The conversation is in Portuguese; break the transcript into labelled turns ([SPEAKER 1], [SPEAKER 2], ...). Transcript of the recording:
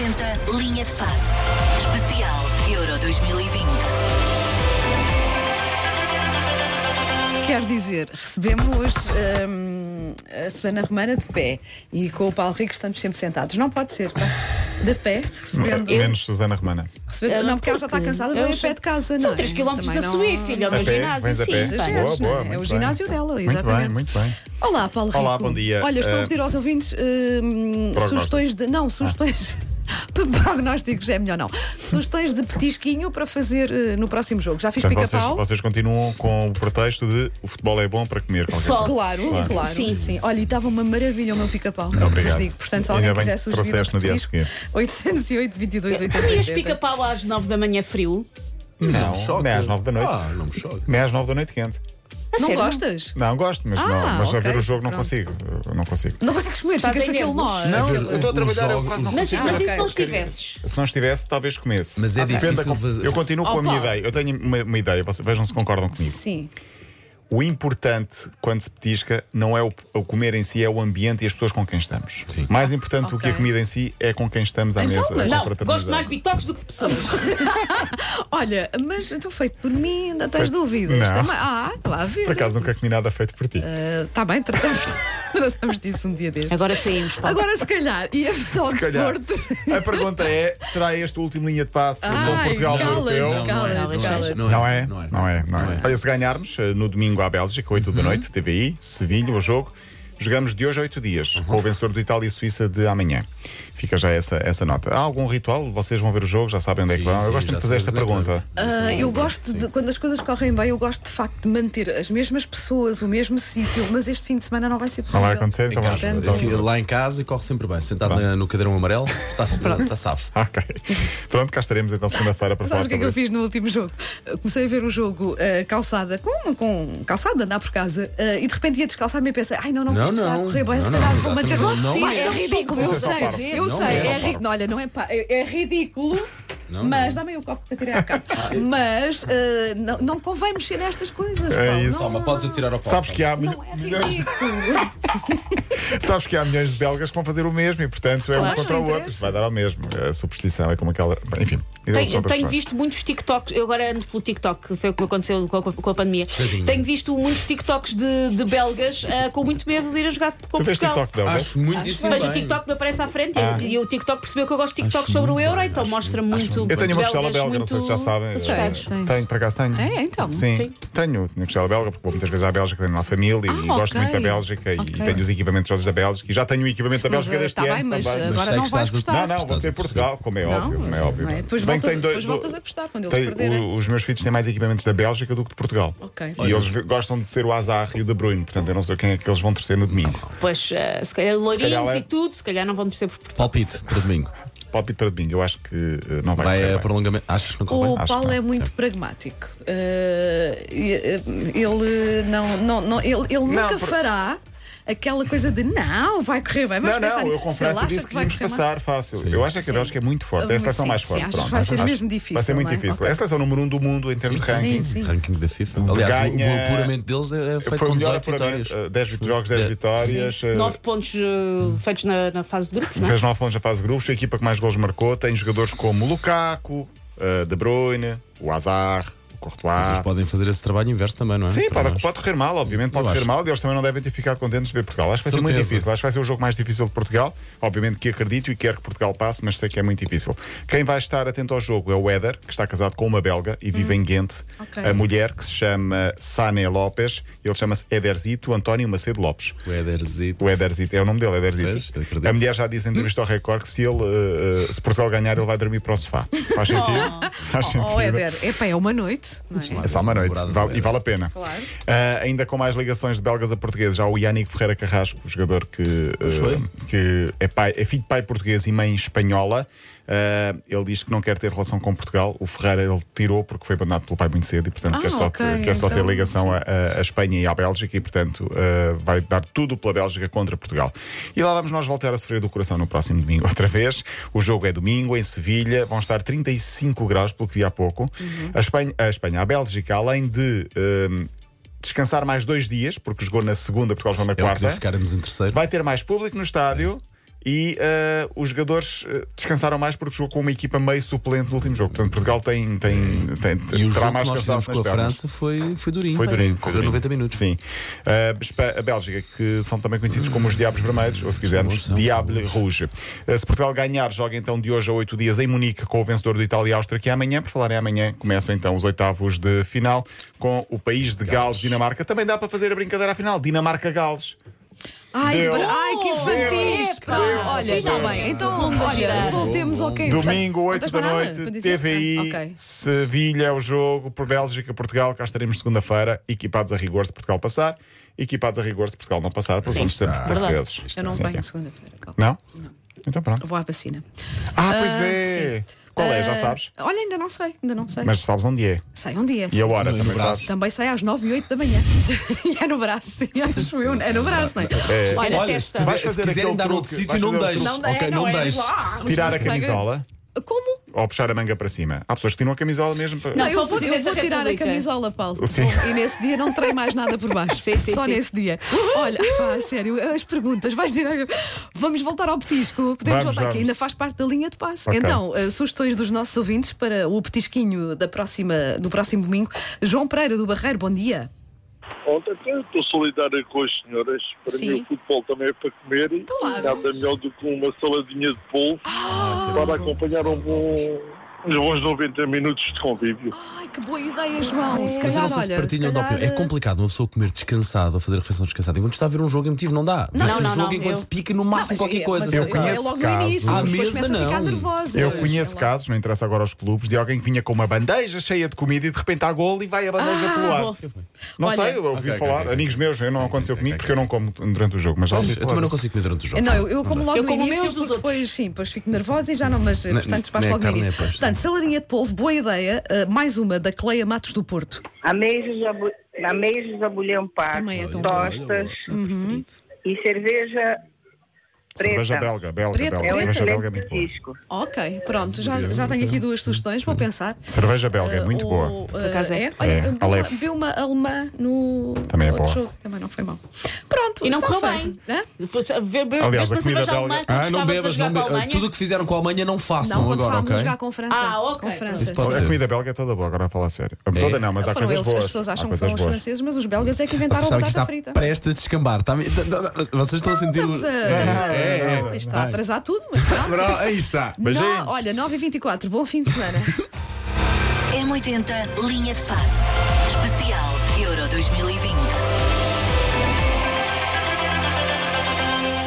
[SPEAKER 1] 80 Linha de Passe. Especial Euro 2020.
[SPEAKER 2] Quero dizer, recebemos hum, a Susana Romana de pé e com o Paulo Rico estamos sempre sentados. Não pode ser, pá. De pé, recebendo.
[SPEAKER 3] Menos Susana Romana.
[SPEAKER 2] recebendo-
[SPEAKER 4] Eu
[SPEAKER 2] não, porque ela já está
[SPEAKER 4] É, porque
[SPEAKER 2] cansada,
[SPEAKER 4] eu
[SPEAKER 2] vem a
[SPEAKER 4] sei-
[SPEAKER 2] pé de casa.
[SPEAKER 4] São
[SPEAKER 2] não
[SPEAKER 4] 3
[SPEAKER 2] é?
[SPEAKER 4] km
[SPEAKER 2] Também
[SPEAKER 4] da
[SPEAKER 2] não-
[SPEAKER 4] sua filha, ao meu
[SPEAKER 3] a pé,
[SPEAKER 4] ginásio,
[SPEAKER 3] vens a
[SPEAKER 4] sim.
[SPEAKER 3] pé.
[SPEAKER 4] pá.
[SPEAKER 2] Exageros,
[SPEAKER 3] Boa,
[SPEAKER 2] não é? É
[SPEAKER 3] boa,
[SPEAKER 2] o
[SPEAKER 3] muito
[SPEAKER 2] ginásio
[SPEAKER 3] bem.
[SPEAKER 2] dela,
[SPEAKER 3] Muito
[SPEAKER 2] exatamente.
[SPEAKER 3] bem, muito bem.
[SPEAKER 2] Olá, Paulo Rico.
[SPEAKER 3] Olá, bom dia.
[SPEAKER 2] Olha, estou a
[SPEAKER 3] Eh, Ah.
[SPEAKER 2] pedir aos ouvintes hum,
[SPEAKER 3] prognósticos.
[SPEAKER 2] sugestões de. Não, sugestões. para Prognósticos é melhor não. Sugestões de petisquinho para fazer eh, no próximo jogo. Já fiz
[SPEAKER 3] Portanto, vocês,
[SPEAKER 2] pica-pau?
[SPEAKER 3] vocês continuam com o pretexto de o futebol é bom para comer qualquer
[SPEAKER 4] Só.
[SPEAKER 3] coisa.
[SPEAKER 2] Claro,
[SPEAKER 3] Claro.
[SPEAKER 2] claro. Sim,
[SPEAKER 4] Sim.
[SPEAKER 2] sim. Olha, e estava uma maravilha o meu pica-pau.
[SPEAKER 3] Obrigado.
[SPEAKER 2] Vos digo. Portanto, se
[SPEAKER 3] Ainda
[SPEAKER 2] alguém
[SPEAKER 3] bem
[SPEAKER 2] quiser
[SPEAKER 3] que
[SPEAKER 2] sugerir outro
[SPEAKER 3] trouxeste no dia
[SPEAKER 2] petisco,
[SPEAKER 3] a
[SPEAKER 2] 808 22 80.
[SPEAKER 4] Podias pica-pau às 9 da manhã frio?
[SPEAKER 3] Não,
[SPEAKER 5] me choca.
[SPEAKER 3] nem às nove da noite.
[SPEAKER 5] Ah, não me choca.
[SPEAKER 3] Nem às nove da noite quente.
[SPEAKER 4] A
[SPEAKER 2] Não
[SPEAKER 4] sério?
[SPEAKER 2] gostas?
[SPEAKER 3] Não, gosto, mas, não, mas a
[SPEAKER 2] Ah, ok.
[SPEAKER 3] ver o jogo não
[SPEAKER 2] Pronto.
[SPEAKER 3] consigo. Eu não consigo.
[SPEAKER 2] Não consegues comer, ficas com
[SPEAKER 4] Fazem
[SPEAKER 2] aquele nó.
[SPEAKER 4] nervos.
[SPEAKER 5] Não,
[SPEAKER 2] aquele-
[SPEAKER 5] eu estou a trabalhar, eu quase não
[SPEAKER 4] Mas,
[SPEAKER 5] consigo.
[SPEAKER 4] mas e
[SPEAKER 2] Ah, ok.
[SPEAKER 4] se não estivesses?
[SPEAKER 3] Se não estivesse, talvez comesse.
[SPEAKER 5] Mas é
[SPEAKER 3] Depende da
[SPEAKER 5] difícil
[SPEAKER 3] con-
[SPEAKER 5] fazer-
[SPEAKER 3] Eu continuo com a minha
[SPEAKER 2] Opa.
[SPEAKER 3] ideia. Eu tenho uma, uma ideia. Vocês, vejam se concordam comigo.
[SPEAKER 2] Sim.
[SPEAKER 3] O importante quando se petisca não é o, o comer em si, é o ambiente e as pessoas com quem estamos.
[SPEAKER 5] Sim.
[SPEAKER 3] Mais importante do que a
[SPEAKER 2] Ok.
[SPEAKER 3] comida em si é com quem estamos à
[SPEAKER 2] Então,
[SPEAKER 3] mesa.
[SPEAKER 2] mas-
[SPEAKER 3] a
[SPEAKER 2] Não,
[SPEAKER 3] confraternizar.
[SPEAKER 4] Gosto mais de bitoques do que de pessoas.
[SPEAKER 2] Olha, mas estou feito por mim, ainda tens
[SPEAKER 3] Feito-
[SPEAKER 2] dúvidas.
[SPEAKER 3] Não.
[SPEAKER 2] Também- Ah, estava a ver.
[SPEAKER 3] Por acaso nunca comi nada feito por ti.
[SPEAKER 2] Está bem, tratamos, tratamos disso um dia destes.
[SPEAKER 4] Agora saímos. pá.
[SPEAKER 2] Agora, se calhar, e a pessoa de desporto.
[SPEAKER 3] A pergunta é: será este o último linha de passe com
[SPEAKER 2] Ai,
[SPEAKER 3] Portugal no
[SPEAKER 2] cala-te,
[SPEAKER 5] é,
[SPEAKER 3] europeu?
[SPEAKER 2] cala-te. cala-te.
[SPEAKER 3] Não é? Não é? Não é? Olha, se ganharmos eh, no domingo à Bélgica, 8 da noite, TVI, Sevilha, o jogo, jogamos de hoje a 8 dias, com o vencedor do Itália e Suíça de amanhã. Fica já essa, essa nota. Há algum ritual? Vocês vão ver o jogo, já sabem onde é que
[SPEAKER 5] Sim,
[SPEAKER 3] vão.
[SPEAKER 5] sim,
[SPEAKER 3] Eu gosto
[SPEAKER 5] já
[SPEAKER 3] de fazer esta
[SPEAKER 5] sabes onde é que
[SPEAKER 3] pergunta. Então
[SPEAKER 2] Ah, eu gosto de, quando as coisas correm bem, eu gosto de facto de manter as mesmas pessoas, o mesmo sítio, mas este fim de semana não vai ser possível.
[SPEAKER 3] Não vai acontecer, então vamos.
[SPEAKER 2] Portanto,
[SPEAKER 5] Eu fico Lá em casa e corre sempre bem. Sentado na- no cadeirão amarelo, está, está safo.
[SPEAKER 3] Ok. Pronto, cá estaremos então segunda-feira para falar
[SPEAKER 2] Sabes o que é que
[SPEAKER 3] sobre
[SPEAKER 2] eu
[SPEAKER 3] isso.
[SPEAKER 2] fiz no último jogo? Eu Comecei a ver o jogo ah, calçada, com, com calçada andar por casa, ah, e de repente ia descalçar-me e pensei, ai não, não,
[SPEAKER 5] Não,
[SPEAKER 2] isto está a
[SPEAKER 5] não.
[SPEAKER 2] correr bem, se
[SPEAKER 5] Não,
[SPEAKER 2] calhar
[SPEAKER 5] não,
[SPEAKER 2] vou manter
[SPEAKER 5] exatamente, não.
[SPEAKER 2] Pá, é
[SPEAKER 4] Sim,
[SPEAKER 2] ridículo,
[SPEAKER 4] não
[SPEAKER 2] eu
[SPEAKER 4] é
[SPEAKER 3] só parvo.
[SPEAKER 2] sei, eu
[SPEAKER 4] Não
[SPEAKER 2] sei,
[SPEAKER 5] é só
[SPEAKER 2] é ridículo. Olha, não é pá, é, é ridículo.
[SPEAKER 5] Não,
[SPEAKER 2] mas dá-me aí o copo que eu tirei há bocado. Mas ah, não, não me convém mexer nestas coisas.
[SPEAKER 3] É
[SPEAKER 2] Paulo,
[SPEAKER 3] isso.
[SPEAKER 2] não-
[SPEAKER 5] Toma, podes atirar ao pau.
[SPEAKER 3] Sabes que, há milho-
[SPEAKER 2] não é ridículo.
[SPEAKER 3] Sabes que há milhões de belgas que vão fazer o mesmo e, portanto, é um
[SPEAKER 2] Claro,
[SPEAKER 3] contra
[SPEAKER 2] não
[SPEAKER 3] o outro.
[SPEAKER 2] interessa.
[SPEAKER 3] Vai dar ao mesmo. A superstição é como aquela. Bem, Enfim, e outras
[SPEAKER 4] Tenho,
[SPEAKER 3] outras
[SPEAKER 4] tenho
[SPEAKER 3] questões.
[SPEAKER 4] visto muitos TikToks, eu agora ando pelo TikTok, foi o que me aconteceu com a, com a pandemia.
[SPEAKER 5] Tadinho.
[SPEAKER 4] Tenho visto muitos TikToks de, de belgas ah, com muito medo de ir a jogar com
[SPEAKER 3] Tu vês TikTok
[SPEAKER 4] Portugal.
[SPEAKER 3] é? Ah. belgas?
[SPEAKER 5] Acho muito difícil.
[SPEAKER 4] Mas o TikTok me aparece à frente e- e, o TikTok percebeu que eu gosto de TikToks
[SPEAKER 5] Acho
[SPEAKER 4] sobre o
[SPEAKER 5] muito
[SPEAKER 4] euro,
[SPEAKER 5] bem,
[SPEAKER 4] então
[SPEAKER 5] acho
[SPEAKER 4] mostra
[SPEAKER 5] muito- acho
[SPEAKER 4] muito.
[SPEAKER 5] muito
[SPEAKER 3] Eu tenho uma
[SPEAKER 4] belgas,
[SPEAKER 3] costela belga, não sei se já
[SPEAKER 4] muito-
[SPEAKER 3] sabem. é.
[SPEAKER 2] Tens, tens.
[SPEAKER 3] Tenho, por acaso tenho.
[SPEAKER 2] É, então.
[SPEAKER 3] Sim,
[SPEAKER 4] Sim.
[SPEAKER 3] tenho. Tenho costela belga, porque vou muitas vezes à Bélgica, tenho lá a família e
[SPEAKER 2] Ah,
[SPEAKER 3] gosto
[SPEAKER 2] ok.
[SPEAKER 3] muito da Bélgica
[SPEAKER 2] Ok.
[SPEAKER 3] e tenho os equipamentos todos da Bélgica. E já tenho o equipamento da
[SPEAKER 2] Mas,
[SPEAKER 3] Bélgica deste
[SPEAKER 2] está
[SPEAKER 3] ano
[SPEAKER 2] bem, mas eh,
[SPEAKER 3] também.
[SPEAKER 5] Mas
[SPEAKER 2] agora
[SPEAKER 5] sei
[SPEAKER 2] não
[SPEAKER 5] que
[SPEAKER 2] vais
[SPEAKER 5] estás a-
[SPEAKER 2] gostar.
[SPEAKER 3] Não, não, vou
[SPEAKER 5] Estás
[SPEAKER 3] ter
[SPEAKER 5] a perceber.
[SPEAKER 3] Portugal, como é óbvio.
[SPEAKER 2] mas
[SPEAKER 3] Como é
[SPEAKER 2] não
[SPEAKER 3] óbvio.
[SPEAKER 2] é. Depois
[SPEAKER 3] Bem que
[SPEAKER 2] voltas-
[SPEAKER 3] tem dois-
[SPEAKER 2] depois voltas a gostar, quando eles
[SPEAKER 3] tem-
[SPEAKER 2] perderem.
[SPEAKER 3] o- Os meus filhos têm mais equipamentos da Bélgica do que de Portugal.
[SPEAKER 2] Ok.
[SPEAKER 3] E eles ve- gostam de ser o Azar e o De Bruyne, portanto eu não sei quem é que eles vão torcer no domingo.
[SPEAKER 4] Pois, ah, se calhar loirinhos
[SPEAKER 3] é-
[SPEAKER 4] e tudo, se calhar não vão descer por Portugal.
[SPEAKER 5] Palpite para domingo.
[SPEAKER 3] Palpite para domingo, eu acho que eh, não vai, correr
[SPEAKER 5] Vai a
[SPEAKER 3] bem.
[SPEAKER 5] prolongamento. Achas que não corre
[SPEAKER 2] O
[SPEAKER 5] bem?
[SPEAKER 3] Acho
[SPEAKER 2] Paulo
[SPEAKER 3] que
[SPEAKER 2] é
[SPEAKER 3] não.
[SPEAKER 2] muito pragmático. Eh, e- e- ele não, não, não- ele, ele nunca
[SPEAKER 3] por-
[SPEAKER 2] fará aquela coisa de não, vai correr bem. Vamos
[SPEAKER 3] Não,
[SPEAKER 2] pensar
[SPEAKER 3] não,
[SPEAKER 2] nisso." Se
[SPEAKER 3] eu
[SPEAKER 2] ele
[SPEAKER 3] confesso
[SPEAKER 2] acha
[SPEAKER 3] que disse
[SPEAKER 2] que
[SPEAKER 3] que
[SPEAKER 2] vai
[SPEAKER 3] íamos
[SPEAKER 2] correr mal-
[SPEAKER 3] passar fácil.
[SPEAKER 5] Sim.
[SPEAKER 3] Eu acho é que a
[SPEAKER 2] Sim.
[SPEAKER 3] Bélgica é muito forte, é a
[SPEAKER 2] Sim,
[SPEAKER 3] seleção mais
[SPEAKER 2] sim,
[SPEAKER 3] forte.
[SPEAKER 2] acho que
[SPEAKER 3] Pronto,
[SPEAKER 2] vai ser
[SPEAKER 3] acho-
[SPEAKER 2] mesmo difícil,
[SPEAKER 3] Vai ser muito
[SPEAKER 2] não é?
[SPEAKER 3] difícil.
[SPEAKER 2] Ok.
[SPEAKER 3] É a seleção número um do mundo em termos de ranking.
[SPEAKER 2] Sim, sim.
[SPEAKER 5] Ranking da FIFA. Aliás,
[SPEAKER 3] Ganha-
[SPEAKER 5] o apuramento deles é é
[SPEAKER 3] Foi
[SPEAKER 5] feito
[SPEAKER 3] o
[SPEAKER 5] com
[SPEAKER 3] melhor
[SPEAKER 5] 18
[SPEAKER 3] apuramento.
[SPEAKER 5] vitórias.
[SPEAKER 3] eh, 10 jogos, 10
[SPEAKER 5] Sim. É.
[SPEAKER 3] vitórias. eh,
[SPEAKER 4] Nove pontos ah, feitos na, na fase de grupos, não é?
[SPEAKER 3] Fez 9 pontos na fase de grupos. Foi a equipa que mais gols marcou. Tem jogadores como Lukaku, eh, De Bruyne, o Azar, o
[SPEAKER 5] Vocês
[SPEAKER 3] Courtois.
[SPEAKER 5] podem fazer esse trabalho inverso também, não é?
[SPEAKER 3] Ah. Sim,
[SPEAKER 5] Para
[SPEAKER 3] pode,
[SPEAKER 5] nós.
[SPEAKER 3] pode correr mal, obviamente, pode
[SPEAKER 5] Eu
[SPEAKER 3] correr
[SPEAKER 5] acho.
[SPEAKER 3] mal. E eles também não devem ter ficado contentes de ver Portugal. Acho que vai ser muito
[SPEAKER 5] Certeza.
[SPEAKER 3] difícil. Acho que vai ser o jogo mais difícil de Portugal. Obviamente que acredito e quero que Portugal passe, mas sei que é muito difícil. Quem vai estar atento ao jogo é o Éder, que está casado com uma belga e
[SPEAKER 5] Hum.
[SPEAKER 3] vive em Ghent.
[SPEAKER 2] Ok.
[SPEAKER 3] A mulher, que se chama Sane Lopes, ele chama-se Éderzito António Macedo Lopes.
[SPEAKER 5] O Ederzito.
[SPEAKER 3] O Ederzito, é o nome dele,
[SPEAKER 5] Pois,
[SPEAKER 3] Ederzito.
[SPEAKER 5] acredito.
[SPEAKER 3] A mulher já disse em entrevista ao Record que se, ele, eh, eh, se Portugal ganhar, ele vai dormir para o sofá. Faz sentido? Faz sentido.
[SPEAKER 2] Oh, Éder, é pá, é uma noite. não é?
[SPEAKER 3] É só uma noite.
[SPEAKER 5] Namorada
[SPEAKER 3] Vale-
[SPEAKER 5] do
[SPEAKER 3] e vale a pena.
[SPEAKER 2] Claro.
[SPEAKER 3] Ah, ainda com mais ligações de belgas a portugueses, já o Yannick Ferreira Carrasco, o jogador que, ah,
[SPEAKER 5] foi.
[SPEAKER 3] que é, pai- é filho de pai português e mãe espanhola, ah, ele diz que não quer ter relação com Portugal. O Ferreira ele tirou porque foi abandonado pelo pai muito cedo e, portanto,
[SPEAKER 2] Ah,
[SPEAKER 3] quer, só,
[SPEAKER 2] ok,
[SPEAKER 3] ter, quer só ter
[SPEAKER 2] então,
[SPEAKER 3] ligação à à- à Espanha e à Bélgica e, portanto, ah, vai dar tudo pela Bélgica contra Portugal. E lá vamos nós voltar a sofrer do coração no próximo domingo outra vez. O jogo é domingo em Sevilha, vão estar 35 graus, pelo que vi há pouco. A, Espanha, a Espanha, a Bélgica, além de. ah, Descansar mais dois dias, porque jogou na segunda, Portugal jogou na
[SPEAKER 5] É o que
[SPEAKER 3] quarta.
[SPEAKER 5] deve ficarmos em terceiro.
[SPEAKER 3] Vai ter mais público no estádio. e eh, os jogadores eh, descansaram mais porque jogou com uma equipa meio suplente no último jogo. Portanto, Portugal tem, tem, tem,
[SPEAKER 5] E
[SPEAKER 3] terá
[SPEAKER 5] o jogo que
[SPEAKER 3] mais
[SPEAKER 5] nós
[SPEAKER 3] cansaço
[SPEAKER 5] fizemos
[SPEAKER 3] nas
[SPEAKER 5] com a
[SPEAKER 3] pernas.
[SPEAKER 5] França foi, foi durinho.
[SPEAKER 3] Foi
[SPEAKER 2] é.
[SPEAKER 5] pá.
[SPEAKER 3] durinho. foi
[SPEAKER 5] Correu
[SPEAKER 3] durinho.
[SPEAKER 5] 90 minutos.
[SPEAKER 3] Sim. Uh, Espa- a Bélgica, que são também conhecidos como os Diabos Vermelhos, ou se
[SPEAKER 5] bons,
[SPEAKER 3] quisermos,
[SPEAKER 5] são,
[SPEAKER 3] Diable
[SPEAKER 5] são
[SPEAKER 3] Rouge. Uh, se Portugal ganhar, joga então de hoje a oito dias em Munique com o vencedor do Itália e Áustria, que é amanhã, por falarem amanhã, começam então os oitavos de final com o país de Gales, Dinamarca. Também dá para fazer a brincadeira à final, Dinamarca-Gales.
[SPEAKER 2] Ai,
[SPEAKER 3] Deu.
[SPEAKER 2] bra- ai, que
[SPEAKER 4] Deu.
[SPEAKER 2] infantis!
[SPEAKER 4] Deu.
[SPEAKER 2] pá. Olha, está bem. Então,
[SPEAKER 4] Vamos
[SPEAKER 2] olha,
[SPEAKER 4] girar.
[SPEAKER 2] voltemos ao que é importante.
[SPEAKER 3] Domingo,
[SPEAKER 2] Não
[SPEAKER 3] 8
[SPEAKER 2] tens
[SPEAKER 3] da
[SPEAKER 2] mais nada
[SPEAKER 3] noite,
[SPEAKER 2] para dizer?
[SPEAKER 3] TVI,
[SPEAKER 2] Ah, ok.
[SPEAKER 3] Sevilha é o jogo, por Bélgica, Portugal, cá estaremos segunda-feira, equipados a rigor se Portugal passar, equipados a rigor se Portugal não passar, porque somos sempre
[SPEAKER 5] está.
[SPEAKER 3] portugueses.
[SPEAKER 2] Eu não
[SPEAKER 3] Sim,
[SPEAKER 2] venho
[SPEAKER 3] é.
[SPEAKER 2] segunda-feira. Paulo.
[SPEAKER 3] Não? Então pronto.
[SPEAKER 2] Vou à vacina.
[SPEAKER 3] Ah, pois
[SPEAKER 2] Ah,
[SPEAKER 3] é.
[SPEAKER 2] sim.
[SPEAKER 3] Qual é? Já
[SPEAKER 2] Ah,
[SPEAKER 3] sabes?
[SPEAKER 2] Olha, ainda não sei, ainda não sei.
[SPEAKER 3] Mas sabes onde é.
[SPEAKER 2] Sei um dia.
[SPEAKER 3] E a hora
[SPEAKER 5] No
[SPEAKER 3] também
[SPEAKER 5] braço.
[SPEAKER 3] sabes.
[SPEAKER 2] Também sai às 9 e 8 da manhã. e é no braço, sim, acho eu. É no braço, não é?
[SPEAKER 4] Olha,
[SPEAKER 5] Olha, se,
[SPEAKER 4] testa.
[SPEAKER 5] tiver-
[SPEAKER 3] Vais
[SPEAKER 5] se
[SPEAKER 3] fazer
[SPEAKER 5] quiserem
[SPEAKER 3] aquele
[SPEAKER 5] dar
[SPEAKER 3] truque,
[SPEAKER 5] outro sítio,
[SPEAKER 3] vais
[SPEAKER 5] não
[SPEAKER 3] fazer
[SPEAKER 5] deixes.
[SPEAKER 3] outro
[SPEAKER 2] Não, é,
[SPEAKER 5] Ok,
[SPEAKER 2] não,
[SPEAKER 5] não
[SPEAKER 2] é,
[SPEAKER 5] deixes.
[SPEAKER 4] lá.
[SPEAKER 3] Tirar a
[SPEAKER 2] mas é pega-
[SPEAKER 3] camisola
[SPEAKER 2] Como?
[SPEAKER 3] ou puxar a manga para cima. Há pessoas que tiram a camisola mesmo para.
[SPEAKER 4] Não,
[SPEAKER 2] eu
[SPEAKER 4] só o
[SPEAKER 2] vou, eu
[SPEAKER 4] Presidente
[SPEAKER 2] vou
[SPEAKER 4] da
[SPEAKER 2] tirar a
[SPEAKER 4] República.
[SPEAKER 2] camisola, Paulo.
[SPEAKER 3] Sim.
[SPEAKER 2] Vou- E nesse dia não terei mais nada por baixo.
[SPEAKER 4] Sim, sim,
[SPEAKER 2] Só
[SPEAKER 4] sim.
[SPEAKER 2] nesse dia. Olha, pá, sério, as perguntas. Vais tirar. Vamos voltar ao petisco. Podemos
[SPEAKER 3] Vamos,
[SPEAKER 2] voltar
[SPEAKER 3] vamos.
[SPEAKER 2] aqui. Ainda faz parte da linha de passe.
[SPEAKER 3] Ok.
[SPEAKER 2] Então, eh, sugestões dos nossos ouvintes para o petisquinho da próxima, do próximo domingo. João Pereira do Barreiro, bom dia.
[SPEAKER 6] Ontem até eu estou solidário com as senhoras. Para
[SPEAKER 2] Sim.
[SPEAKER 6] mim, o futebol também é para comer. e
[SPEAKER 2] Claro.
[SPEAKER 6] Nada melhor do que uma saladinha de polvo
[SPEAKER 5] Ah,
[SPEAKER 6] para acompanhar um bom, uns bons 90 minutos de convívio.
[SPEAKER 2] Ai, que boa ideia, João. Se
[SPEAKER 5] Mas eu
[SPEAKER 2] calhar,
[SPEAKER 5] não sei se
[SPEAKER 2] olha.
[SPEAKER 5] partilham da
[SPEAKER 2] calhar,
[SPEAKER 5] opinião. É
[SPEAKER 2] eh,
[SPEAKER 5] complicado uma pessoa comer descansado, a fazer a refeição descansada. Enquanto está a ver um jogo emotivo, não dá. Vê
[SPEAKER 4] Não,
[SPEAKER 5] o
[SPEAKER 4] não,
[SPEAKER 5] jogo
[SPEAKER 4] não,
[SPEAKER 5] enquanto
[SPEAKER 4] eu-
[SPEAKER 5] se pica no
[SPEAKER 2] Ah,
[SPEAKER 5] máximo
[SPEAKER 2] mas
[SPEAKER 5] qualquer
[SPEAKER 2] é-
[SPEAKER 5] coisa.
[SPEAKER 2] mas
[SPEAKER 3] Eu
[SPEAKER 2] é-
[SPEAKER 3] conheço
[SPEAKER 2] é logo no
[SPEAKER 3] casos.
[SPEAKER 2] início,
[SPEAKER 5] À
[SPEAKER 2] depois
[SPEAKER 5] mesa,
[SPEAKER 2] começa a ficar
[SPEAKER 5] não.
[SPEAKER 2] nervosa.
[SPEAKER 3] Eu
[SPEAKER 2] Sei
[SPEAKER 3] conheço
[SPEAKER 2] lá.
[SPEAKER 3] casos, não interessa agora aos clubes, de alguém que vinha com uma bandeja cheia de comida e de repente há golo e vai a bandeja pelo ar.
[SPEAKER 5] O que foi?
[SPEAKER 3] Não
[SPEAKER 2] Ah, Olha-
[SPEAKER 3] sei, eu ouvi
[SPEAKER 5] Ok, ok,
[SPEAKER 3] falar,
[SPEAKER 5] ok.
[SPEAKER 3] amigos meus, eu não aconteceu
[SPEAKER 5] ok,
[SPEAKER 3] comigo
[SPEAKER 5] ok.
[SPEAKER 3] porque eu não como durante o jogo, mas já
[SPEAKER 5] Pois,
[SPEAKER 3] ouvi
[SPEAKER 5] eu
[SPEAKER 3] falar
[SPEAKER 5] também não
[SPEAKER 3] disso.
[SPEAKER 5] consigo comer durante o jogo.
[SPEAKER 2] Não, eu, eu como logo
[SPEAKER 4] Eu
[SPEAKER 2] no
[SPEAKER 4] como
[SPEAKER 2] início,
[SPEAKER 4] meus dos
[SPEAKER 2] porque
[SPEAKER 4] outros.
[SPEAKER 2] depois, sim, depois fico nervosa e já não, é mas eh,
[SPEAKER 5] Não,
[SPEAKER 2] portanto despacho
[SPEAKER 5] nem a
[SPEAKER 2] logo no
[SPEAKER 5] carne, nem a
[SPEAKER 2] início.
[SPEAKER 5] peixe,
[SPEAKER 2] Portanto, saladinha de polvo, boa ideia. Eh, mais uma da Cleia Matos do Porto.
[SPEAKER 7] Ameixos, abu... ameixos abulhão par,
[SPEAKER 2] Também é tão bom.
[SPEAKER 7] tostas e cerveja preta.
[SPEAKER 3] Cerveja belga, belga,
[SPEAKER 2] Preta,
[SPEAKER 3] belga.
[SPEAKER 7] É um
[SPEAKER 2] preta.
[SPEAKER 3] Cerveja belga é
[SPEAKER 7] excelente
[SPEAKER 3] muito boa.
[SPEAKER 7] petisco.
[SPEAKER 2] Ok, pronto, já, já tenho aqui duas sugestões, vou pensar.
[SPEAKER 3] Cerveja belga é muito
[SPEAKER 2] Eh,
[SPEAKER 3] boa.
[SPEAKER 2] ou, eh,
[SPEAKER 4] acaso é.
[SPEAKER 2] é. Olha,
[SPEAKER 3] É,
[SPEAKER 2] eu bebi uma-
[SPEAKER 3] Aleph.
[SPEAKER 2] bebi uma alemã no
[SPEAKER 3] Também é
[SPEAKER 2] outro
[SPEAKER 3] boa.
[SPEAKER 2] jogo, também não foi mal. Pronto,
[SPEAKER 4] E não
[SPEAKER 2] está
[SPEAKER 4] correu
[SPEAKER 2] feito. né?
[SPEAKER 4] bem.
[SPEAKER 2] Hã?
[SPEAKER 4] Foi- be- be-
[SPEAKER 3] Aliás,
[SPEAKER 4] mesmo
[SPEAKER 3] a comida
[SPEAKER 4] cerveja
[SPEAKER 3] belga-
[SPEAKER 4] alemã que
[SPEAKER 5] Ah, não
[SPEAKER 4] gostávamos de
[SPEAKER 5] bebas,
[SPEAKER 4] jogar
[SPEAKER 5] não
[SPEAKER 4] com a
[SPEAKER 5] bebas.
[SPEAKER 4] Alemanha.
[SPEAKER 5] Tudo o que fizeram com a Alemanha não façam
[SPEAKER 2] Não, quando
[SPEAKER 5] agora,
[SPEAKER 2] estávamos
[SPEAKER 5] ok?
[SPEAKER 2] a jogar com França.
[SPEAKER 4] Ah, ok.
[SPEAKER 2] Com França.
[SPEAKER 5] Isso pode
[SPEAKER 3] A
[SPEAKER 5] ser.
[SPEAKER 3] comida belga é toda boa, agora a falar a sério. A
[SPEAKER 5] É.
[SPEAKER 3] toda não, mas há
[SPEAKER 2] foram
[SPEAKER 3] coisas
[SPEAKER 2] eles,
[SPEAKER 3] boas.
[SPEAKER 2] as pessoas
[SPEAKER 3] Há
[SPEAKER 2] acham que
[SPEAKER 3] coisas
[SPEAKER 2] foram os
[SPEAKER 3] boas.
[SPEAKER 2] franceses, mas os belgas é que inventaram
[SPEAKER 5] Vocês
[SPEAKER 2] a
[SPEAKER 5] sabem que
[SPEAKER 2] batata
[SPEAKER 5] está
[SPEAKER 2] frita.
[SPEAKER 5] prestes a descambar. Está- Vocês estão a sentir. o-
[SPEAKER 2] Estamos a, estamos a,
[SPEAKER 5] É, é,
[SPEAKER 2] não,
[SPEAKER 5] é.
[SPEAKER 2] isto está a atrasar tudo, mas pronto.
[SPEAKER 5] Bro, Aí está.
[SPEAKER 3] Beijinhos.
[SPEAKER 2] Não, olha, 9h24, bom fim de semana.
[SPEAKER 1] M80 Linha de Passe.